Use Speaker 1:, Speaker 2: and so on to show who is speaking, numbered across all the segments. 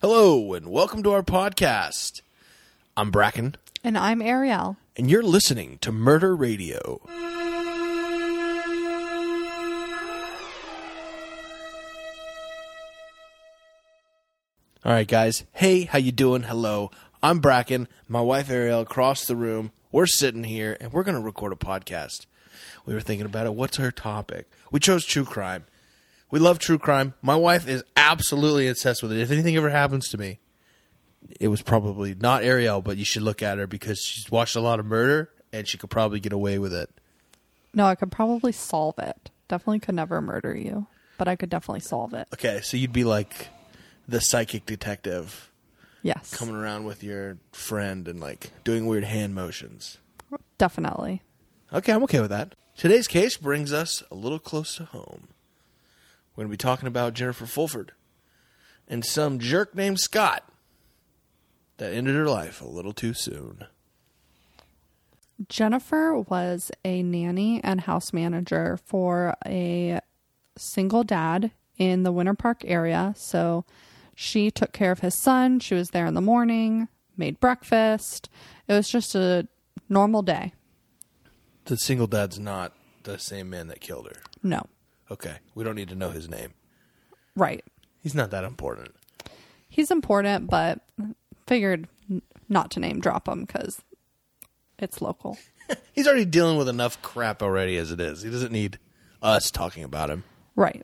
Speaker 1: Hello, and welcome to our podcast. I'm Bracken,
Speaker 2: And I'm Ariel.
Speaker 1: and you're listening to Murder Radio. All right, guys. Hey, how you doing? Hello. I'm Bracken. My wife Ariel across the room. We're sitting here, and we're going to record a podcast. We were thinking about it. What's our topic? We chose true crime. We love true crime. My wife is absolutely obsessed with it. If anything ever happens to me, it was probably not Ariel, but you should look at her because she's watched a lot of murder and she could probably get away with it.
Speaker 2: No, I could probably solve it. Definitely could never murder you, but I could definitely solve it.
Speaker 1: Okay, so you'd be like the psychic detective
Speaker 2: Yes.
Speaker 1: coming around with your friend and like doing weird hand motions.
Speaker 2: Definitely.
Speaker 1: Okay, I'm okay with that. Today's case brings us a little close to home. We're going to be talking about Jennifer Fulford and some jerk named Scott that ended her life a little too soon.
Speaker 2: Jennifer was a nanny and house manager for a single dad in the Winter Park area. So she took care of his son. She was there in the morning, made breakfast. It was just a normal day.
Speaker 1: The single dad's not the same man that killed her.
Speaker 2: No.
Speaker 1: Okay, we don't need to know his name.
Speaker 2: Right.
Speaker 1: He's not that important.
Speaker 2: he's important, but figured n- not to name drop him because it's local.
Speaker 1: He's already dealing with enough crap already as it is. He doesn't need us talking about him.
Speaker 2: Right.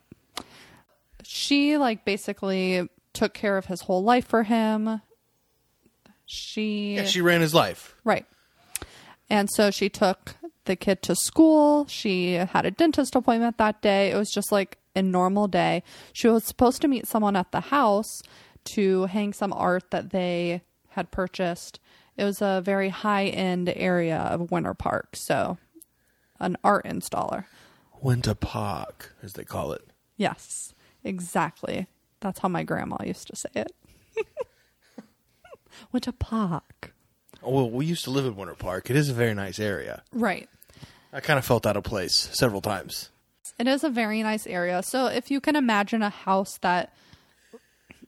Speaker 2: She like basically took care of his whole life for him. She,
Speaker 1: Yeah, she ran his life.
Speaker 2: right. And so she took the kid to school. She had a dentist appointment that day. It was just like a normal day. She was supposed to meet someone at the house to hang some art that they had purchased. It was a very high end area of Winter Park. So, an art installer.
Speaker 1: Winter Park, as they call it.
Speaker 2: Yes, exactly. That's how my grandma used to say it. Winter Park.
Speaker 1: Oh, well, we used to live in Winter Park. It is a very nice area.
Speaker 2: Right.
Speaker 1: I kind of felt out of place several times.
Speaker 2: It is a very nice area. So if you can imagine a house that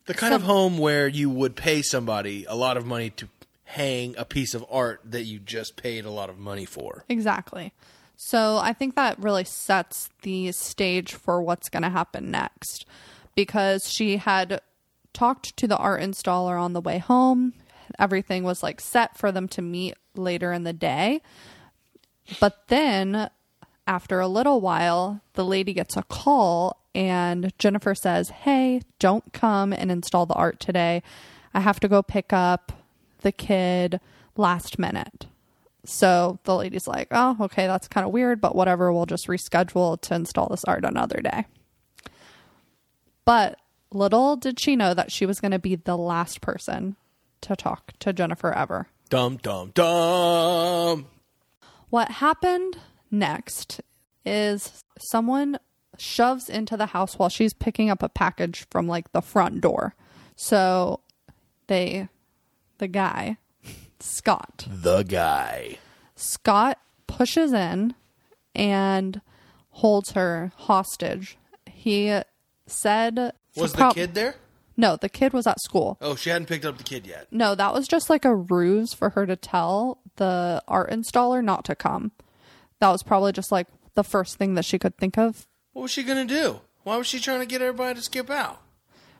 Speaker 1: The kind of home where you would pay somebody a lot of money to hang a piece of art that you just paid a lot of money for.
Speaker 2: exactly. So I think that really sets the stage for what's going to happen next because she had talked to the art installer on the way home. Everything was like set for them to meet later in the day. But then, after a little while, the lady gets a call, and Jennifer says, Hey, don't come and install the art today. I have to go pick up the kid last minute. So the lady's like, Oh, okay, that's kind of weird, but whatever. We'll just reschedule to install this art another day. But little did she know that she was going to be the last person to talk to Jennifer ever.
Speaker 1: Dum, dum, dum.
Speaker 2: What happened next is someone shoves into the house while she's picking up a package from like the front door. So they the guy Scott
Speaker 1: The guy.
Speaker 2: Scott pushes in and holds her hostage. He said
Speaker 1: Was the
Speaker 2: prob-
Speaker 1: kid there?
Speaker 2: No, the kid was at school.
Speaker 1: Oh, she hadn't picked up the kid yet.
Speaker 2: No, that was just like a ruse for her to tell the art installer not to come. That was probably just like the first thing that she could think of
Speaker 1: What was she going to do? Why was she trying to get everybody to skip out?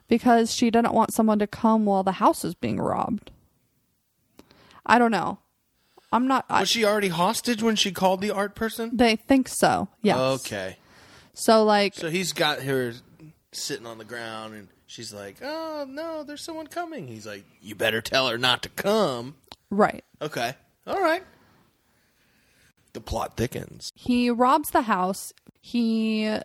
Speaker 2: because she didn't want someone to come while the house is being robbed. I don't know. I'm not. I,
Speaker 1: Was she already hostage when she called the art person?
Speaker 2: they think so. Yes.
Speaker 1: Okay.
Speaker 2: So like,
Speaker 1: So he's got her sitting on the ground and she's like, "Oh, no, there's someone coming." He's like, "You better tell her not to come."
Speaker 2: right.
Speaker 1: Okay. All right. The plot thickens.
Speaker 2: he robs the house he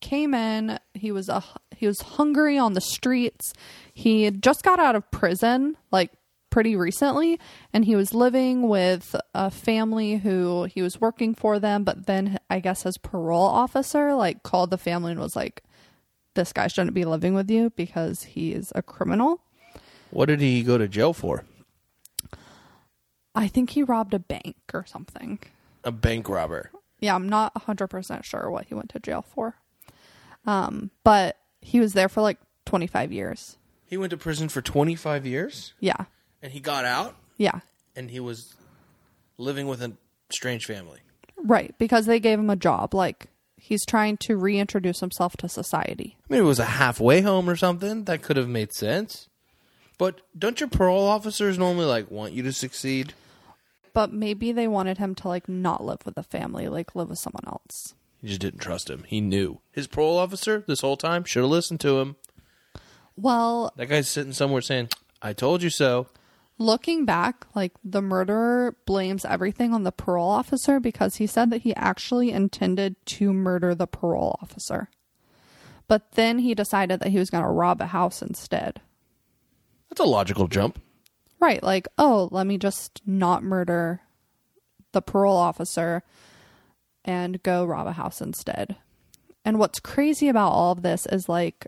Speaker 2: came in he was a he was hungry on the streets he had just got out of prison like pretty recently and he was living with a family who he was working for them but then i guess his parole officer like called the family and was like this guy shouldn't be living with you because he is a criminal
Speaker 1: What did he go to jail for?
Speaker 2: i think he robbed a bank or something
Speaker 1: A bank robber.
Speaker 2: yeah, I'm not 100% sure what he went to jail for. Um, but he was there for like 25 years.
Speaker 1: He went to prison for 25 years
Speaker 2: Yeah.
Speaker 1: and he got out
Speaker 2: Yeah.
Speaker 1: and he was living with a strange family.
Speaker 2: Right. Because they gave him a job. Like, he's trying to reintroduce himself to society.
Speaker 1: I mean, it was a halfway home or something. That could have made sense. But don't your parole officers normally like want you to succeed?
Speaker 2: But maybe they wanted him to, like, not live with the family, like, live with someone else.
Speaker 1: He just didn't trust him. He knew his parole officer this whole time should have listened to him.
Speaker 2: Well,
Speaker 1: That guy's sitting somewhere saying, "I told you so."
Speaker 2: looking back, like, the murderer blames everything on the parole officer because he said that he actually intended to murder the parole officer. But then he decided that he was going to rob a house instead.
Speaker 1: That's a logical jump.
Speaker 2: Right. Like, oh, let me just not murder the parole officer and go rob a house instead. And what's crazy about all of this is like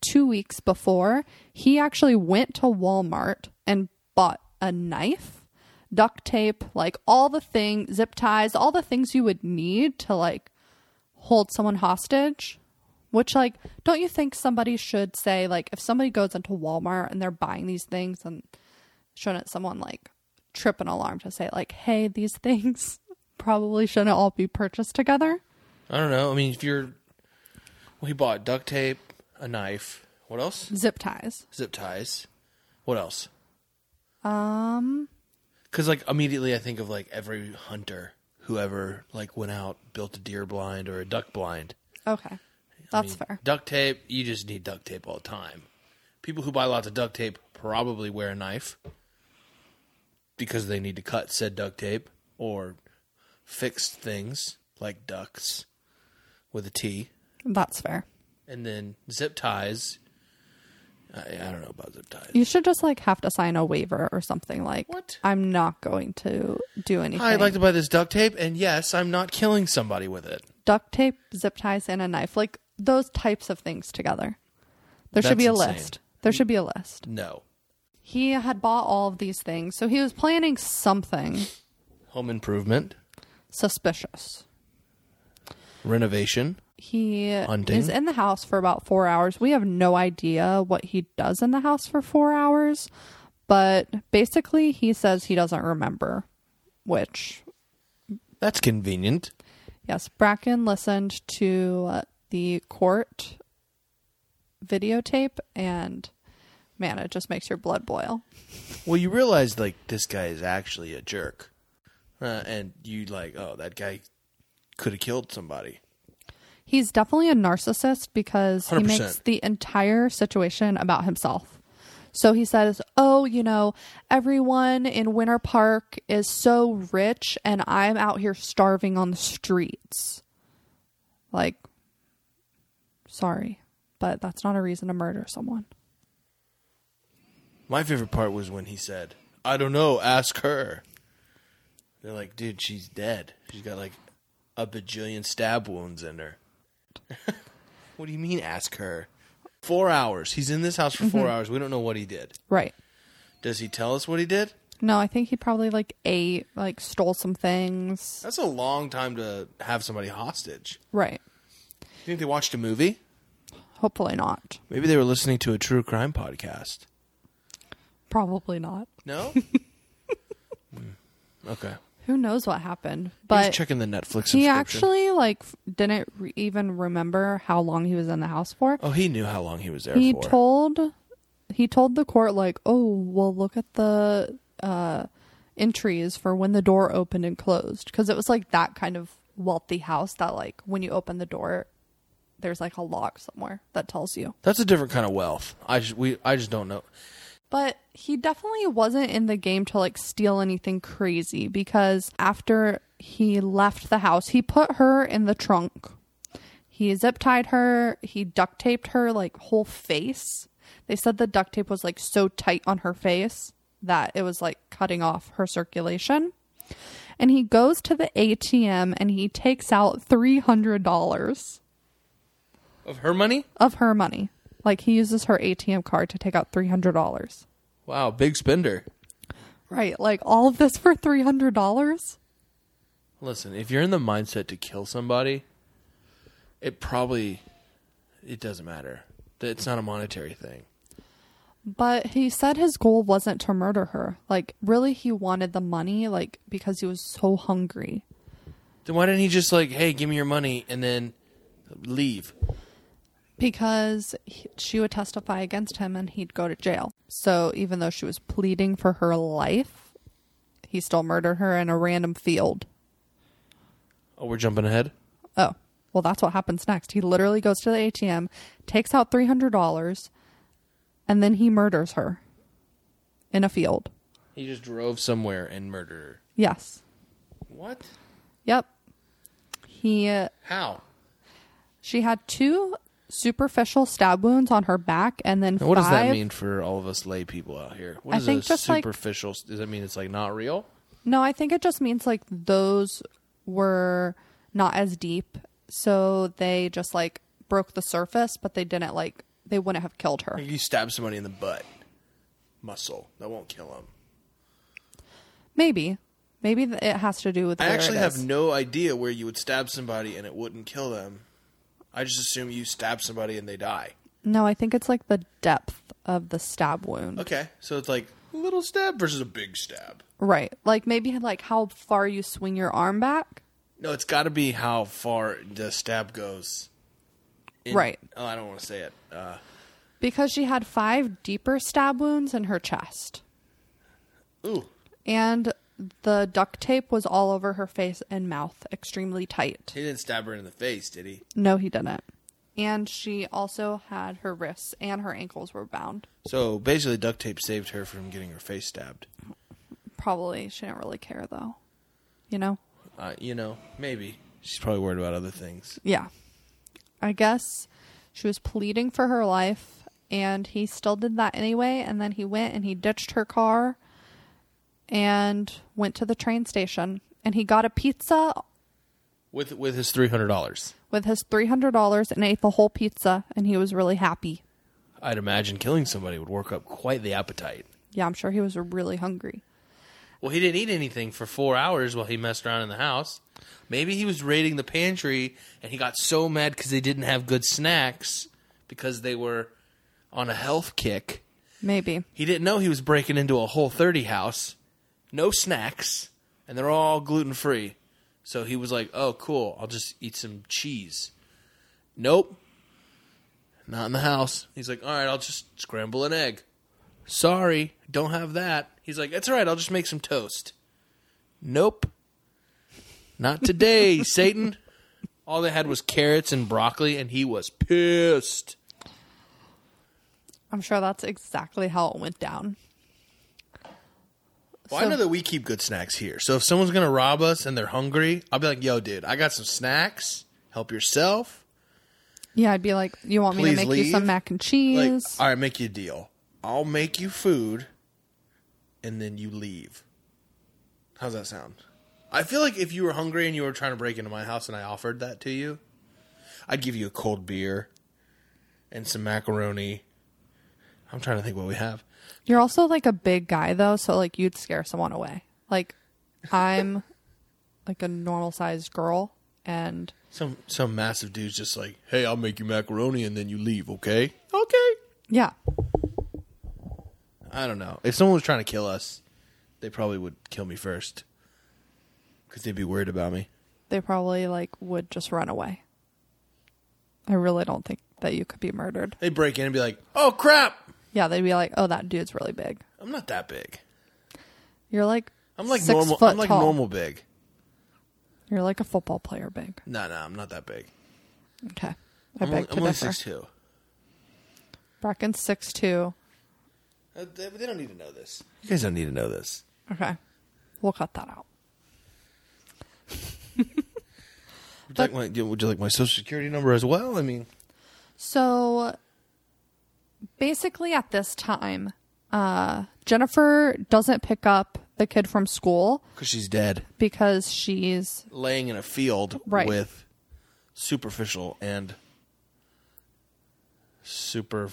Speaker 2: two weeks before, he actually went to Walmart and bought a knife, duct tape, like all the thing, zip ties, all the things you would need to like hold someone hostage. Which, like, don't you think somebody should say, like, if somebody goes into Walmart and they're buying these things, and shouldn't someone, like, trip an alarm to say, like, hey, these things probably shouldn't all be purchased together?
Speaker 1: I don't know. I mean, if you're, well, he bought duct tape, a knife. What else?
Speaker 2: Zip ties.
Speaker 1: Zip ties. What else?
Speaker 2: Um,
Speaker 1: Because like immediately, I think of like every hunter who ever like went out built a deer blind or a duck blind.
Speaker 2: okay. That's fair.
Speaker 1: Duct tape. You just need duct tape all the time. People who buy lots of duct tape probably wear a knife because they need to cut said duct tape or fix things like ducks with a T.
Speaker 2: That's fair.
Speaker 1: and then zip ties. I, I don't know about zip ties.
Speaker 2: You should just, like, have to sign a waiver or something like,
Speaker 1: What?
Speaker 2: I'm not going to do anything.
Speaker 1: I'd like to buy this duct tape, and yes, I'm not killing somebody with it.
Speaker 2: duct tape, zip ties, and a knife. Like, those types of things together. There
Speaker 1: That's
Speaker 2: should be a
Speaker 1: insane.
Speaker 2: list. There should be a list.
Speaker 1: No.
Speaker 2: he had bought all of these things, so he was planning something
Speaker 1: Home improvement,
Speaker 2: suspicious.
Speaker 1: renovation.
Speaker 2: He
Speaker 1: Hunting?
Speaker 2: is in the house for about four hours. We have no idea what he does in the house for four hours, but basically, he says he doesn't remember, which
Speaker 1: That's convenient.
Speaker 2: Yes, Bracken listened to uh, the court videotape, and man, it just makes your blood boil.
Speaker 1: Well, you realize like this guy is actually a jerk, uh, and you like, oh, that guy could have killed somebody.
Speaker 2: He's definitely a narcissist because he
Speaker 1: 100%.
Speaker 2: makes the entire situation about himself. So he says, Oh, you know, everyone in Winter Park is so rich and I'm out here starving on the streets. Like, sorry, but that's not a reason to murder someone.
Speaker 1: My favorite part was when he said, "I don't know, ask her." They're like, "Dude, she's dead. She's got like a bajillion stab wounds in her." what do you mean, ask her? Four hours. He's in this house for 4 hours. We don't know what he did.
Speaker 2: Right.
Speaker 1: Does he tell us what he did?
Speaker 2: No, I think he probably like ate, like stole some things.
Speaker 1: That's a long time to have somebody hostage.
Speaker 2: Right.
Speaker 1: You think they watched a movie?
Speaker 2: Hopefully not.
Speaker 1: Maybe they were listening to a true crime podcast.
Speaker 2: Probably not.
Speaker 1: No. Hmm. okay.
Speaker 2: Who knows what happened?
Speaker 1: But
Speaker 2: But
Speaker 1: checking the Netflix.
Speaker 2: he
Speaker 1: subscription.
Speaker 2: actually like f- didn't re- even remember how long he was in the house for.
Speaker 1: Oh, he knew how long he was there
Speaker 2: he
Speaker 1: for.
Speaker 2: told he told the court like, "Oh, well, look at the uh entries for when the door opened and closed because it was like that kind of wealthy house that like when you open the door there's like a lock somewhere that tells you.
Speaker 1: That's a different kind of wealth. I just we I just don't know.
Speaker 2: But he definitely wasn't in the game to like steal anything crazy because after he left the house, he put her in the trunk. He zip tied her, he duct taped her like whole face. They said the duct tape was like so tight on her face that it was like cutting off her circulation. And he goes to the ATM and he takes out $300
Speaker 1: Of her money?
Speaker 2: of her money. Like he uses her ATM card to take out $300.
Speaker 1: Wow, big spender.
Speaker 2: Right, like all of this for three hundred dollars.
Speaker 1: Listen, if you're in the mindset to kill somebody, it probably it doesn't matter. It's not a monetary thing.
Speaker 2: But he said his goal wasn't to murder her. Like, really, he wanted the money, like, because he was so hungry.
Speaker 1: Then why didn't he just like, hey, give me your money and then leave?
Speaker 2: Because he, she would testify against him and he'd go to jail. So, even though she was pleading for her life, he still murdered her in a random field.
Speaker 1: Oh, we're jumping ahead.
Speaker 2: Oh, well, that's what happens next. He literally goes to the ATM, takes out $300, and then he murders her in a field.
Speaker 1: He just drove somewhere and murdered her.
Speaker 2: Yes.
Speaker 1: What?
Speaker 2: Yep. He uh,
Speaker 1: How?
Speaker 2: she had two superficial stab wounds on her back and then
Speaker 1: Now, what
Speaker 2: five
Speaker 1: does that mean for all of us lay people out here? What
Speaker 2: I
Speaker 1: is
Speaker 2: think
Speaker 1: a
Speaker 2: just, like-
Speaker 1: superficial? does that mean it's like not real?
Speaker 2: No, I think it just means like those were not as deep, so they just like broke the surface, but they didn't like they wouldn't have killed her.
Speaker 1: Like you stab somebody in the butt, muscle that won't kill them.
Speaker 2: Maybe, maybe th- it has to do with.
Speaker 1: I
Speaker 2: where
Speaker 1: actually
Speaker 2: it
Speaker 1: have
Speaker 2: is.
Speaker 1: no idea where you would stab somebody and it wouldn't kill them. I just assume you stab somebody and they die.
Speaker 2: no, I think it's like the depth of the stab wound,
Speaker 1: Okay, so it's like a little stab versus a big stab.
Speaker 2: right? Like maybe like how far you swing your arm back.
Speaker 1: No, it's got to be how far the stab goes. in-
Speaker 2: Right.
Speaker 1: Oh, I don't want to say it. Uh,
Speaker 2: because she had five deeper stab wounds in her chest.
Speaker 1: ooh,
Speaker 2: And the duct tape was all over her face and mouth, extremely tight.
Speaker 1: he didn't stab her in the face, did he?
Speaker 2: No, he didn't. And she also had her wrists and her ankles were bound.
Speaker 1: So basically, duct tape saved her from getting her face stabbed.
Speaker 2: Probably she didn't really care though. You know?
Speaker 1: Uh, you know, maybe she's probably worried about other things.
Speaker 2: Yeah. I guess she was pleading for her life and he still did that anyway. And then he went and he ditched her car and went to the train station and he got a pizza
Speaker 1: With with his three hundred dollars,
Speaker 2: with his $300 and ate the whole pizza and he was really happy.
Speaker 1: I'd imagine killing somebody would work up quite the appetite.
Speaker 2: Yeah, I'm sure he was really hungry.
Speaker 1: Well, he didn't eat anything for four hours while he messed around in the house. Maybe he was raiding the pantry and he got so mad because they didn't have good snacks because they were on a health kick.
Speaker 2: Maybe.
Speaker 1: He didn't know he was breaking into a whole 30 house, no snacks, and they're all gluten free. So he was like, oh, cool, I'll just eat some cheese. Nope, not in the house. He's like, all right, I'll just scramble an egg. Sorry, don't have that. He's like, it's all right, I'll just make some toast. Nope, not today, Satan. All they had was carrots and broccoli, and he was pissed.
Speaker 2: I'm sure that's exactly how it went down.
Speaker 1: Well,
Speaker 2: So-
Speaker 1: I know that we keep good snacks here. So if someone's gonna rob us and they're hungry, I'll be like, "Yo, dude, I got some snacks. Help yourself.
Speaker 2: Yeah, I'd be like, you want me
Speaker 1: Please
Speaker 2: to make
Speaker 1: leave?
Speaker 2: you some mac and
Speaker 1: Like,
Speaker 2: cheese?
Speaker 1: all right, make you a deal. I'll make you food, and then you leave. How's that sound? I feel like if you were hungry and you were trying to break into my house and I offered that to you, I'd give you a cold beer and some macaroni. I'm trying to think what we have.
Speaker 2: You're also like a big guy though, so like you'd scare someone away. Like I'm like a normal sized girl and
Speaker 1: Some some massive dude's just like, "Hey, I'll make you macaroni and then you leave, okay?" Okay.
Speaker 2: yeah.
Speaker 1: I don't know. If someone was trying to kill us, they probably would kill me first because they'd be worried about me.
Speaker 2: They probably like would just run away. I really don't think that you could be murdered.
Speaker 1: They'd break in and be like, "Oh crap,
Speaker 2: Yeah, they'd be like, Oh, that dude's really big.
Speaker 1: I'm not that big.
Speaker 2: You're like
Speaker 1: I'm like
Speaker 2: six
Speaker 1: normal.
Speaker 2: Foot
Speaker 1: I'm like
Speaker 2: tall.
Speaker 1: normal big.
Speaker 2: You're like a football player big.
Speaker 1: No, no, I'm not that big.
Speaker 2: Okay. I
Speaker 1: I'm,
Speaker 2: beg
Speaker 1: only,
Speaker 2: to
Speaker 1: I'm only
Speaker 2: differ.
Speaker 1: six two.
Speaker 2: Bracken's six two.
Speaker 1: Uh, They, they don't need to know this. You guys don't need to know this.
Speaker 2: Okay. We'll cut that out.
Speaker 1: Would you, like my, would you like my social security number as well? I mean,
Speaker 2: So basically, at this time, uh, Jennifer doesn't pick up the kid from school
Speaker 1: because she's dead,
Speaker 2: because she's
Speaker 1: laying in a field
Speaker 2: Right.
Speaker 1: with superficial and super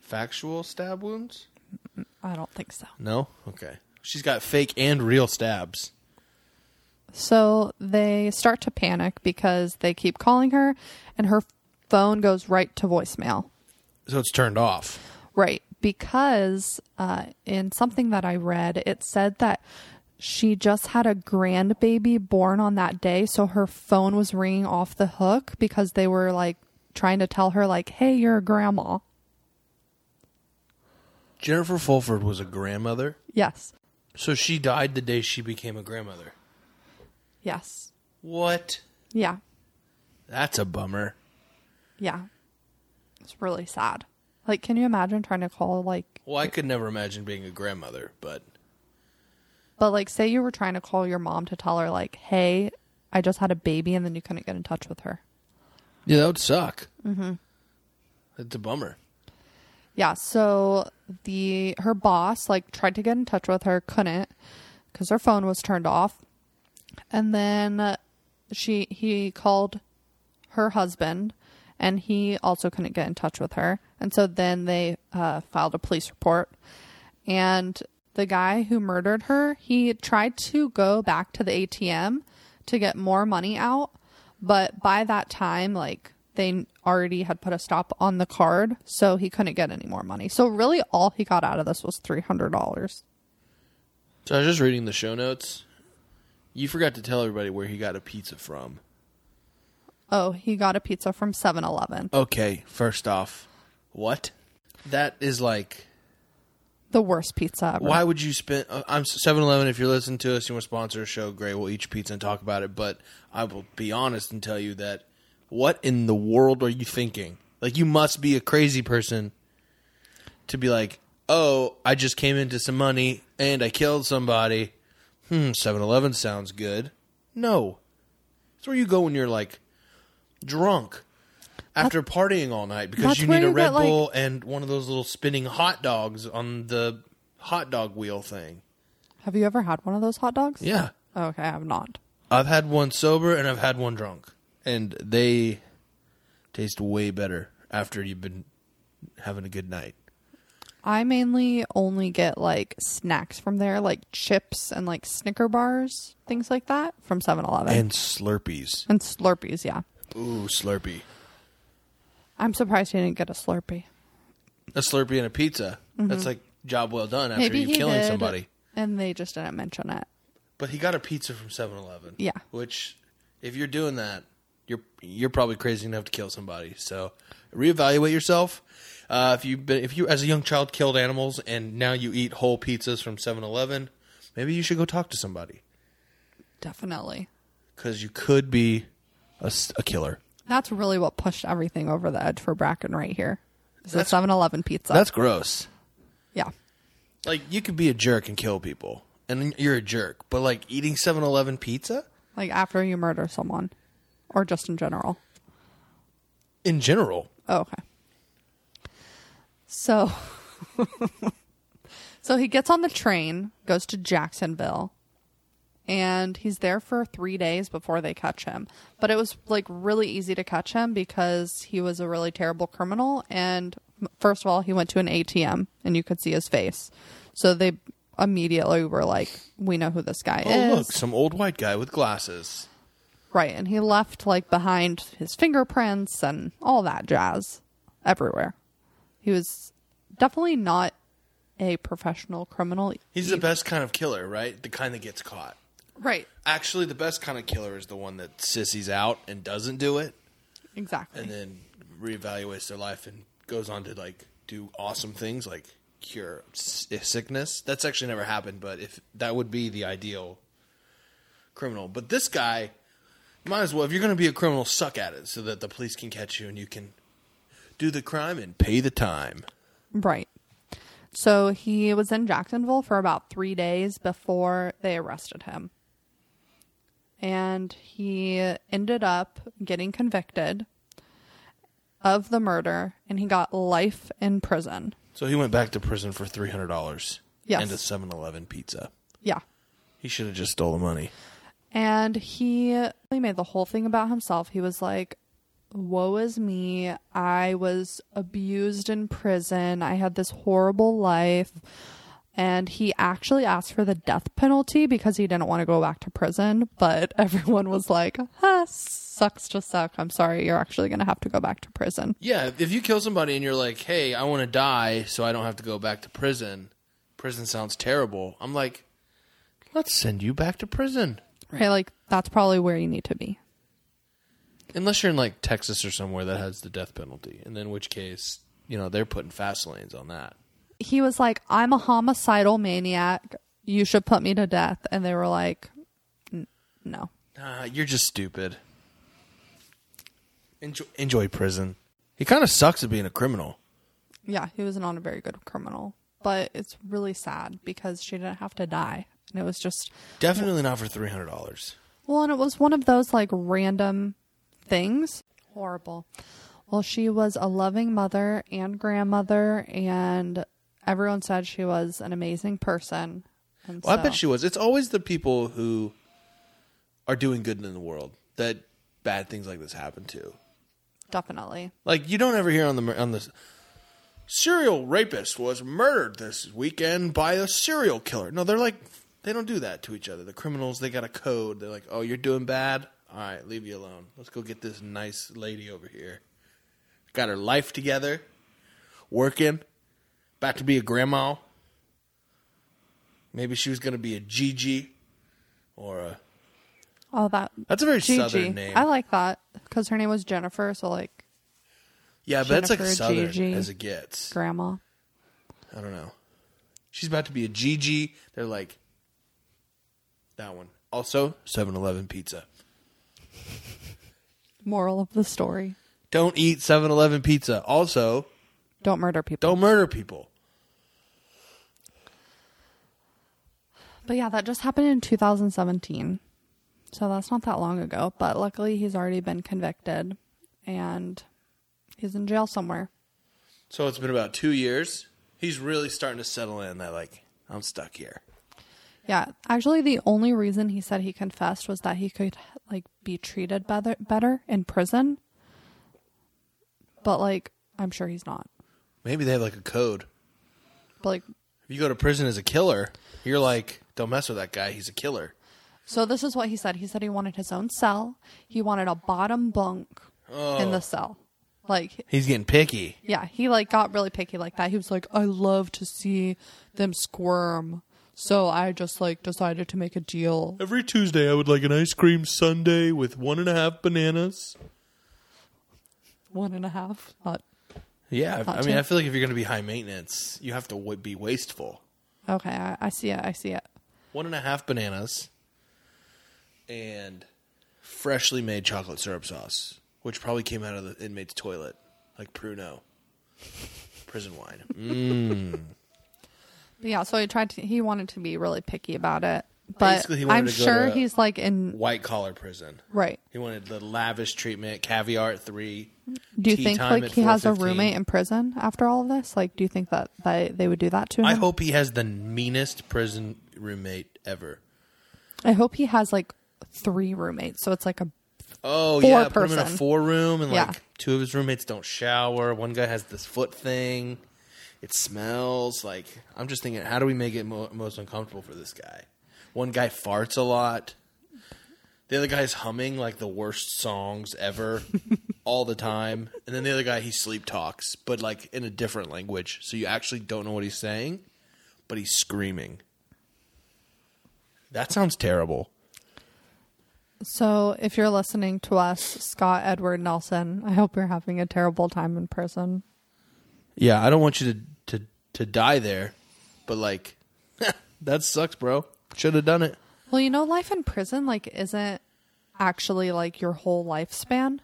Speaker 1: factual stab wounds.
Speaker 2: I don't think so.
Speaker 1: No? Okay. She's got fake and real stabs.
Speaker 2: So they start to panic because they keep calling her, and her phone goes right to voicemail.
Speaker 1: So it's turned off.
Speaker 2: Right, because uh, in something that I read, it said that she just had a grandbaby born on that day. So her phone was ringing off the hook because they were like trying to tell her, like, hey, you're a grandma.
Speaker 1: Jennifer Fulford was a grandmother,
Speaker 2: Yes.
Speaker 1: so she died the day she became a grandmother.
Speaker 2: Yes.
Speaker 1: What?
Speaker 2: Yeah.
Speaker 1: That's a bummer.
Speaker 2: Yeah. It's really sad. Like, can you imagine trying to call, like,
Speaker 1: Well, I could never imagine being a grandmother, but
Speaker 2: but like, say you were trying to call your mom to tell her, like, hey, I just had a baby, and then you couldn't get in touch with her.
Speaker 1: yeah, that would suck. Mm-hmm. That's a bummer.
Speaker 2: Yeah, so the her boss like tried to get in touch with her, couldn't cuz her phone was turned off. And then uh, she he called her husband and he also couldn't get in touch with her. And so then they uh, filed a police report. And the guy who murdered her, he tried to go back to the ATM to get more money out, but by that time like they already had put a stop on the card, so he couldn't get any more money. So really all he got out of this was $300.
Speaker 1: So I was just reading the show notes. You forgot to tell everybody where he got a pizza from.
Speaker 2: Oh, he got a pizza from 7-Eleven.
Speaker 1: Okay, first off, what? That is like
Speaker 2: The worst pizza ever.
Speaker 1: Why would you spend? Uh, I'm 7-Eleven. If you're listening to us, you want to sponsor a show, great. We'll eat your pizza and talk about it. But I will be honest and tell you that what in the world are you thinking? Like you must be a crazy person to be like, oh, I just came into some money and I killed somebody. Hmm, 7-Eleven sounds good. No, it's where you go when you're like drunk. After partying all night because
Speaker 2: That's
Speaker 1: you
Speaker 2: where
Speaker 1: need a
Speaker 2: you
Speaker 1: Red
Speaker 2: get, like-
Speaker 1: Bull and one of those little spinning hot dogs on the hot dog wheel thing.
Speaker 2: Have you ever had one of those hot dogs? Oh,
Speaker 1: Yeah.
Speaker 2: Okay, I have not.
Speaker 1: I've had one sober and I've had one drunk. And they taste way better after you've been having a good night.
Speaker 2: I mainly only get like snacks from there, like chips and like Snicker bars, things like that from 7 Eleven.
Speaker 1: And Slurpees.
Speaker 2: And Slurpees, yeah.
Speaker 1: Ooh, Slurpee.
Speaker 2: I'm surprised he didn't get a Slurpee.
Speaker 1: A Slurpee and a pizza. That's like job well done after
Speaker 2: Mm-hmm. Maybe
Speaker 1: you
Speaker 2: he
Speaker 1: killing
Speaker 2: did,
Speaker 1: somebody.
Speaker 2: And they just didn't mention it.
Speaker 1: But he got a pizza from 7-Eleven.
Speaker 2: Yeah.
Speaker 1: Which if you're doing that, you're you're probably crazy enough to kill somebody. So reevaluate yourself. Uh, if you've been if you as a young child killed animals and now you eat whole pizzas from 7-Eleven, maybe you should go talk to somebody
Speaker 2: Definitely.
Speaker 1: cuz you could be a, s- a killer.
Speaker 2: That's really what pushed everything over the edge for Bracken right here. It's the 7 Eleven pizza.
Speaker 1: That's gross.
Speaker 2: yeah.
Speaker 1: Like you could be a jerk and kill people. And you're a jerk, but like eating 7-Eleven pizza
Speaker 2: Like after you murder someone or just in general.
Speaker 1: in general.
Speaker 2: Oh, okay. So So he gets on the train, goes to Jacksonville, and he's there for 3 days before they catch him. But it was like really easy to catch him because he was a really terrible criminal and m- first of all, he went to an ATM and you could see his face. So they immediately were like, we know who this guy
Speaker 1: Oh,
Speaker 2: is.
Speaker 1: look, some old white guy with glasses.
Speaker 2: Right, and he left like behind his fingerprints and all that jazz everywhere. He was definitely not a professional criminal.
Speaker 1: He's the best kind of killer, right? The kind that gets caught.
Speaker 2: Right,
Speaker 1: Actually, the best kind of killer is the one that sissies out and doesn't do it, and
Speaker 2: exactly.
Speaker 1: then reevaluates their life and goes on to like do awesome things like cure s- sickness. That's actually never happened, but if that would be the ideal criminal. But this guy might as well if you're going to be a criminal suck at it so that the police can catch you and you can do the crime and pay the time.
Speaker 2: Right. So he was in Jacksonville for about three days before they arrested him. And he ended up getting convicted of the murder and he got life in prison.
Speaker 1: So he went back to prison for $300
Speaker 2: Yes.
Speaker 1: and a 7-Eleven pizza.
Speaker 2: Yeah.
Speaker 1: He should have just stole the money.
Speaker 2: And he really made the whole thing about himself. He was like, Woe is me. I was abused in prison. I had this horrible life. and he actually asked for the death penalty because he didn't want to go back to prison. But everyone was like, ah, sucks to suck. I'm sorry, you're actually going to have to go back to prison.
Speaker 1: Yeah, if you kill somebody and you're like, "Hey, I want to die so I don't have to go back to prison." Prison sounds terrible. I'm like, "Let's send you back to prison."
Speaker 2: Right? Like, that's probably where you need to be.
Speaker 1: Unless you're in like Texas or somewhere that has the death penalty, and in which case, you know, they're putting fast lanes on that.
Speaker 2: He was like, I'm a homicidal maniac. You should put me to death. And they were like, "N- no.
Speaker 1: Nah, you're just stupid. Enjoy, enjoy prison. He kind of sucks at being a criminal.
Speaker 2: Yeah, he was not a very good criminal. But it's really sad because she didn't have to die. And it was just,
Speaker 1: Definitely not for three hundred dollars.
Speaker 2: well, and it was one of those like random things. Horrible. Well, she was a loving mother and grandmother, and everyone said she was an amazing person. And
Speaker 1: Well, I
Speaker 2: so-
Speaker 1: bet she was. It's always the people who are doing good in the world that bad things like this happen to.
Speaker 2: Definitely.
Speaker 1: Like you don't ever hear on the mur- on the serial rapist was murdered this weekend by a serial killer. No, they're like they don't do that to each other. The criminals they got a code. They're like, oh, you're doing bad. All right, leave you alone. Let's go get this nice lady over here. Got her life together, working, about to be a grandma. Maybe she was going to be a Gigi or a.
Speaker 2: Oh, that.
Speaker 1: That's a very
Speaker 2: Gigi.
Speaker 1: southern name.
Speaker 2: I like that because her name was Jennifer, so like
Speaker 1: yeah, but it's like
Speaker 2: Jennifer
Speaker 1: southern
Speaker 2: Gigi.
Speaker 1: as it gets.
Speaker 2: grandma.
Speaker 1: I don't know. She's about to be a Gigi. They're like that one. Also, 7-Eleven pizza.
Speaker 2: Moral of the story:
Speaker 1: Don't eat 7-Eleven pizza. Also,
Speaker 2: Don't murder people.
Speaker 1: don't murder people.
Speaker 2: But yeah, that just happened in 2017, so that's not that long ago. But luckily, he's already been convicted, and he's in jail somewhere.
Speaker 1: So it's been about 2 years. He's really starting to settle in that like I'm stuck here.
Speaker 2: Yeah, actually, the only reason he said he confessed was that he could like be treated better better in prison. But like, I'm sure he's not.
Speaker 1: Maybe they have like a code.
Speaker 2: But like,
Speaker 1: If you go to prison as a killer, you're like don't mess with that guy. He's a killer.
Speaker 2: So this is what he said. He said he wanted his own cell. He wanted a bottom bunk in the cell. Like
Speaker 1: He's getting picky.
Speaker 2: yeah, he like got really picky like that. He was like, I love to see them squirm. So I just like decided to make a deal.
Speaker 1: Every Tuesday, I would like an ice cream sundae with one and a half bananas.
Speaker 2: One and a half. Not
Speaker 1: Yeah, I- I
Speaker 2: Not
Speaker 1: mean,
Speaker 2: too-
Speaker 1: I feel like if you're going to be high maintenance, you have to w- be wasteful.
Speaker 2: okay, I, I see it, I see it.
Speaker 1: One and a half bananas and freshly made chocolate syrup sauce, which probably came out of the inmate's toilet, like Pruno, prison wine. Mm.
Speaker 2: But yeah, so he tried to he wanted to be really picky about it. But
Speaker 1: Basically, he wanted
Speaker 2: I'm
Speaker 1: to go
Speaker 2: sure
Speaker 1: to-
Speaker 2: he's like in
Speaker 1: White collar prison.
Speaker 2: right.
Speaker 1: He wanted the lavish treatment, caviar at three.
Speaker 2: Do you
Speaker 1: tea
Speaker 2: think
Speaker 1: time
Speaker 2: like
Speaker 1: at
Speaker 2: he has a
Speaker 1: 4:15.
Speaker 2: roommate in prison after all of this? Like, do you think that they, they would do that to him?
Speaker 1: I hope he has the meanest prison roommate ever.
Speaker 2: I hope he has like three roommates, so it's like a
Speaker 1: Oh
Speaker 2: Four
Speaker 1: yeah, put him in a
Speaker 2: person.
Speaker 1: four room, and
Speaker 2: Yeah.
Speaker 1: like two of his roommates don't shower. One guy has this foot thing. It smells like I'm just thinking, how do we make it mo- most uncomfortable for this guy? One guy farts a lot. The other guy's humming like the worst songs ever, all the time. And then the other guy he sleep talks, but like in a different language, so you actually don't know what he's saying, but he's screaming. That sounds terrible.
Speaker 2: so if you're listening to us, Scott Edward Nelson, I hope you're having a terrible time in prison.
Speaker 1: Yeah, I don't want you to to to die there, but like that sucks, bro. Should have done it.
Speaker 2: Well, you know, life in prison like isn't actually like your whole lifespan.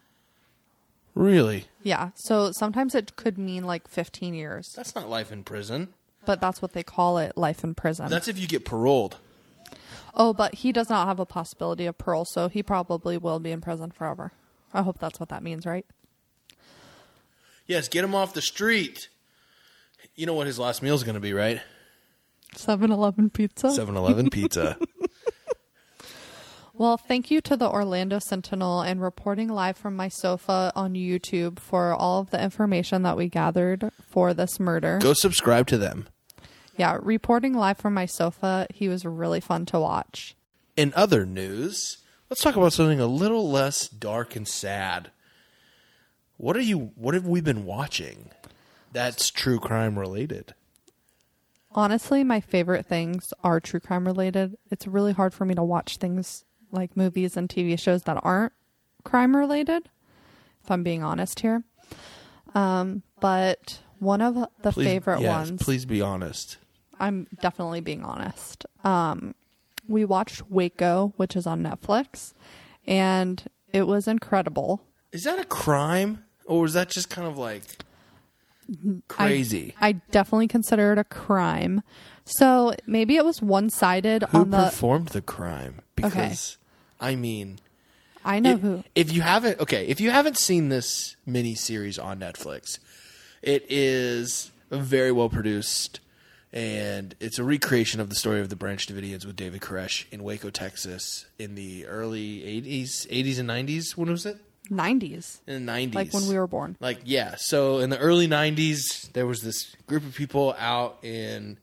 Speaker 1: Really?
Speaker 2: Yeah. So sometimes it could mean like 15 years,
Speaker 1: That's not life in prison.
Speaker 2: but that's what they call it, life in prison.
Speaker 1: That's if you get paroled.
Speaker 2: oh, but he does not have a possibility of parole, so he probably will be in prison forever. I hope that's what that means, right?
Speaker 1: Yes, get him off the street. You know what his last meal's going to be, right?
Speaker 2: 7-Eleven pizza.
Speaker 1: 7-Eleven pizza.
Speaker 2: Well, thank you to the Orlando Sentinel and reporting live from my sofa on YouTube for all of the information that we gathered for this murder.
Speaker 1: Go subscribe to them.
Speaker 2: yeah, reporting live from my sofa, he was really fun to watch.
Speaker 1: In other news, let's talk about something a little less dark and sad. What are you what have we been watching? That's true crime related.
Speaker 2: Honestly, my favorite things are true crime related. It's really hard for me to watch things like movies and TV shows that aren't crime related, if I'm being honest here. Um, but one of the
Speaker 1: Please-
Speaker 2: favorite
Speaker 1: yes,
Speaker 2: ones,
Speaker 1: Please be honest.
Speaker 2: I'm definitely being honest. Um, we watched Waco, which is on Netflix, and it was incredible.
Speaker 1: Is that a crime or is that just kind of like
Speaker 2: I-
Speaker 1: crazy?
Speaker 2: I, definitely consider it a crime. So maybe it was one sided
Speaker 1: Who
Speaker 2: on the.
Speaker 1: performed the crime? Because I mean,
Speaker 2: I know
Speaker 1: If-
Speaker 2: who.
Speaker 1: If you haven't, okay, if you haven't seen this mini series on Netflix, it is very well produced, and it's a recreation of the story of the Branch Davidians with David Koresh in Waco, Texas, in the early eighties, eighties and nineties. When was it?
Speaker 2: 90s,
Speaker 1: In the nineties,
Speaker 2: like when we were born.
Speaker 1: like yeah so in the early 90s there was this group of people out in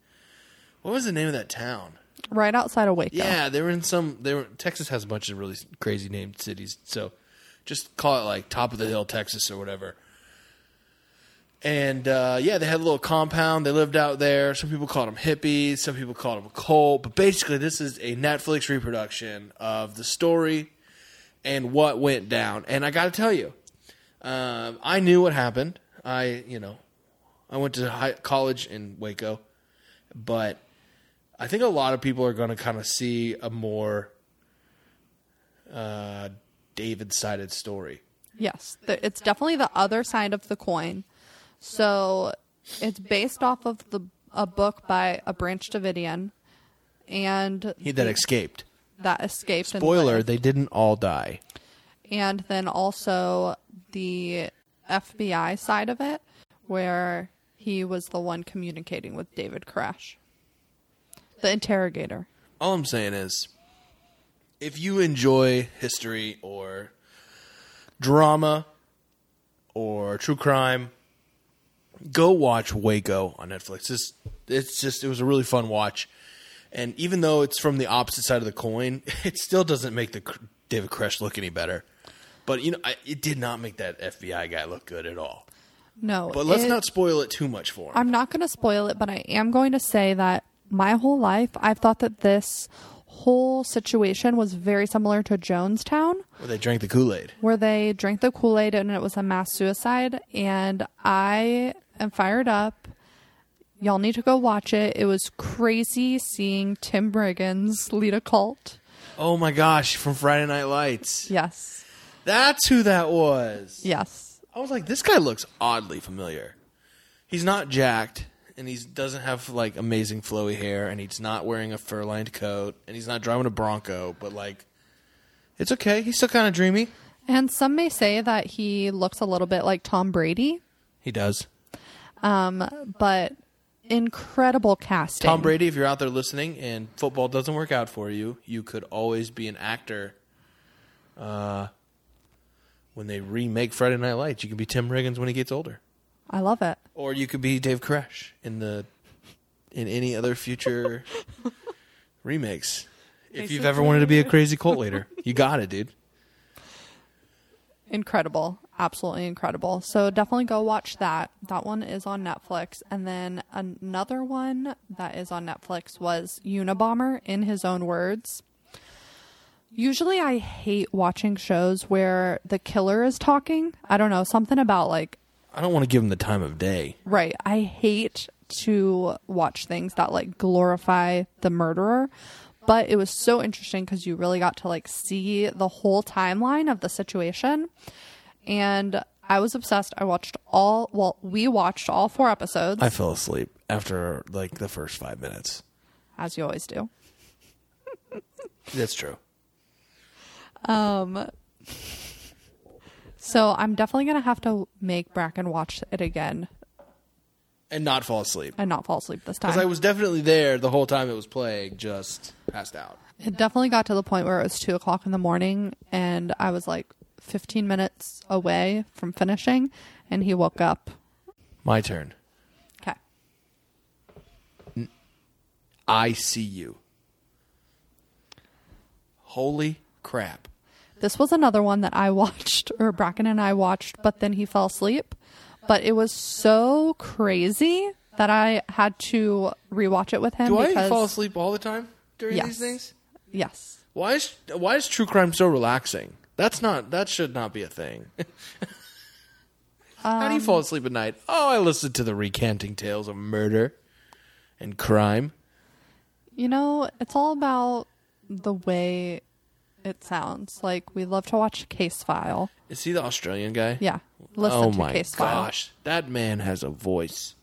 Speaker 1: what was the name of that town
Speaker 2: Right outside of Waco.
Speaker 1: yeah, they were in some. They were Texas has a bunch of really crazy named cities, so just call it like top of the hill Texas or whatever. And uh, yeah, they had a little compound. They lived out there. Some people called them hippies. Some people called them a cult. But basically, this is a Netflix reproduction of the story and what went down. And I got to tell you, um, I knew what happened. I, you know, I went to high, college in Waco, but I think a lot of people are going to kind of see a more uh, David sided story.
Speaker 2: Yes. The, it's definitely the other side of the coin. So it's based off of the a book by a Branch Davidian and
Speaker 1: He that escaped.
Speaker 2: that escaped. and
Speaker 1: Spoiler: They didn't all die.
Speaker 2: and then also the FBI side of it, where he was the one communicating with David Koresh, the interrogator.
Speaker 1: All I'm saying is, if you enjoy history or drama or true crime, go watch Waco on Netflix. It's it's just it was a really fun watch, and even though it's from the opposite side of the coin, it still doesn't make the cr- David Koresh look any better. But you know, I, it did not make that FBI guy look good at all.
Speaker 2: No,
Speaker 1: But let's
Speaker 2: it-
Speaker 1: not spoil it too much for him.
Speaker 2: I'm not going to spoil it, but I am going to say that my whole life I've thought that this whole situation was very similar to Jonestown.
Speaker 1: Where they drank the Kool Aid.
Speaker 2: where they drank the Kool Aid and it was a mass suicide. And I am fired up. Y'all need to go watch it. It was crazy seeing Tim Riggins lead a cult.
Speaker 1: Oh my gosh! From Friday Night Lights.
Speaker 2: Yes.
Speaker 1: That's who that was.
Speaker 2: Yes.
Speaker 1: I was like, this guy looks oddly familiar. He's not jacked, and he doesn't have like amazing flowy hair, and he's not wearing a fur-lined coat, and he's not driving a Bronco. But like, it's okay. He's still kind of dreamy.
Speaker 2: And some may say that he looks a little bit like Tom Brady,
Speaker 1: He does.
Speaker 2: but incredible casting.
Speaker 1: Tom Brady, if you're out there listening and football doesn't work out for you, you could always be an actor. Uh, when they remake Friday Night Lights, you could be Tim Riggins when he gets older,
Speaker 2: I love it.
Speaker 1: or you could be Dave Koresh in the in any other future remakes. If you've ever wanted to be a crazy cult leader, you got it, dude.
Speaker 2: incredible absolutely incredible so definitely go watch that that one is on netflix and then another one that is on netflix was unabomber in his own words usually i hate watching shows where the killer is talking i don't know something about like
Speaker 1: I don't want to give him the time of day.
Speaker 2: right i hate to watch things that like glorify the murderer but it was so interesting because you really got to like see the whole timeline of the situation and i was obsessed i watched all well we watched all four episodes
Speaker 1: I fell asleep after like the first five minutes.
Speaker 2: as you always do
Speaker 1: That's true.
Speaker 2: so i'm definitely gonna have to make bracken watch it again
Speaker 1: And not fall asleep.
Speaker 2: and not fall asleep this
Speaker 1: Because I
Speaker 2: time
Speaker 1: was definitely there the whole time it was playing, just passed out.
Speaker 2: it definitely got to the point where it was two o'clock in the morning and i was like 15 minutes away from finishing and he woke up
Speaker 1: My turn.
Speaker 2: Okay.
Speaker 1: I see you. Holy crap.
Speaker 2: This was another one that I watched, or Bracken and I watched, but then he fell asleep. But it was so crazy that I had to rewatch it with him.
Speaker 1: Do
Speaker 2: because,
Speaker 1: I fall asleep all the time during
Speaker 2: Yes.
Speaker 1: these things?
Speaker 2: Yes.
Speaker 1: Why is why is true crime so relaxing? That's not that should not be a thing. How do
Speaker 2: Um,
Speaker 1: you fall asleep at night? Oh, I listened to the recanting tales of murder and crime.
Speaker 2: You know, it's all about the way it sounds. Like, we love to watch Case File.
Speaker 1: Is he the Australian guy?
Speaker 2: Yeah. Listen
Speaker 1: oh
Speaker 2: to
Speaker 1: my
Speaker 2: Case File.
Speaker 1: gosh, that man has a voice.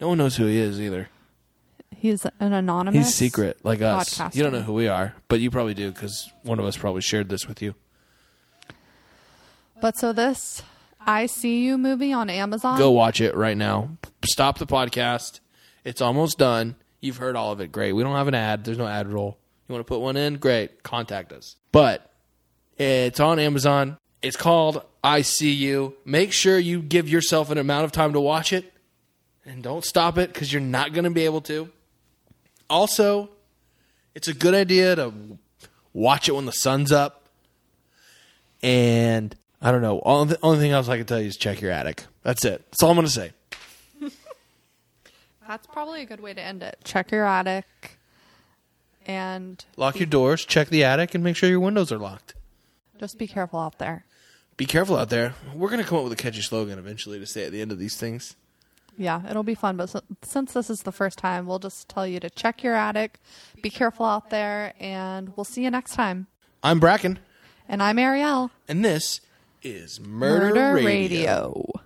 Speaker 1: No one knows who he is either.
Speaker 2: He's an anonymous.
Speaker 1: He's secret, like us. You don't
Speaker 2: Podcaster.
Speaker 1: know who we are, but you probably do because one of us probably shared this with you.
Speaker 2: But so this I See You movie on Amazon.
Speaker 1: Go watch it right now. Stop the podcast. It's almost done. You've heard all of it. Great. We don't have an ad. There's no ad roll. You want to put one in? Great. Contact us. But it's on Amazon. It's called I See You. Make sure you give yourself an amount of time to watch it and don't stop it because you're not going to be able to. Also, it's a good idea to watch it when the sun's up. And I don't know. All the only thing else I can tell you is check your attic. That's it. That's all I'm going to say.
Speaker 2: That's probably a good way to end it. Check your attic. And
Speaker 1: Lock your doors, check the attic, and make sure your windows are locked.
Speaker 2: just be careful out there.
Speaker 1: Be careful out there. We're going to come up with a catchy slogan eventually to say at the end of these things.
Speaker 2: Yeah, it'll be fun. But s since this is the first time, we'll just tell you to check your attic, be careful out there, and we'll see you next time.
Speaker 1: I'm Bracken,
Speaker 2: And I'm Ariel.
Speaker 1: and this is Murder, Radio.
Speaker 2: Radio.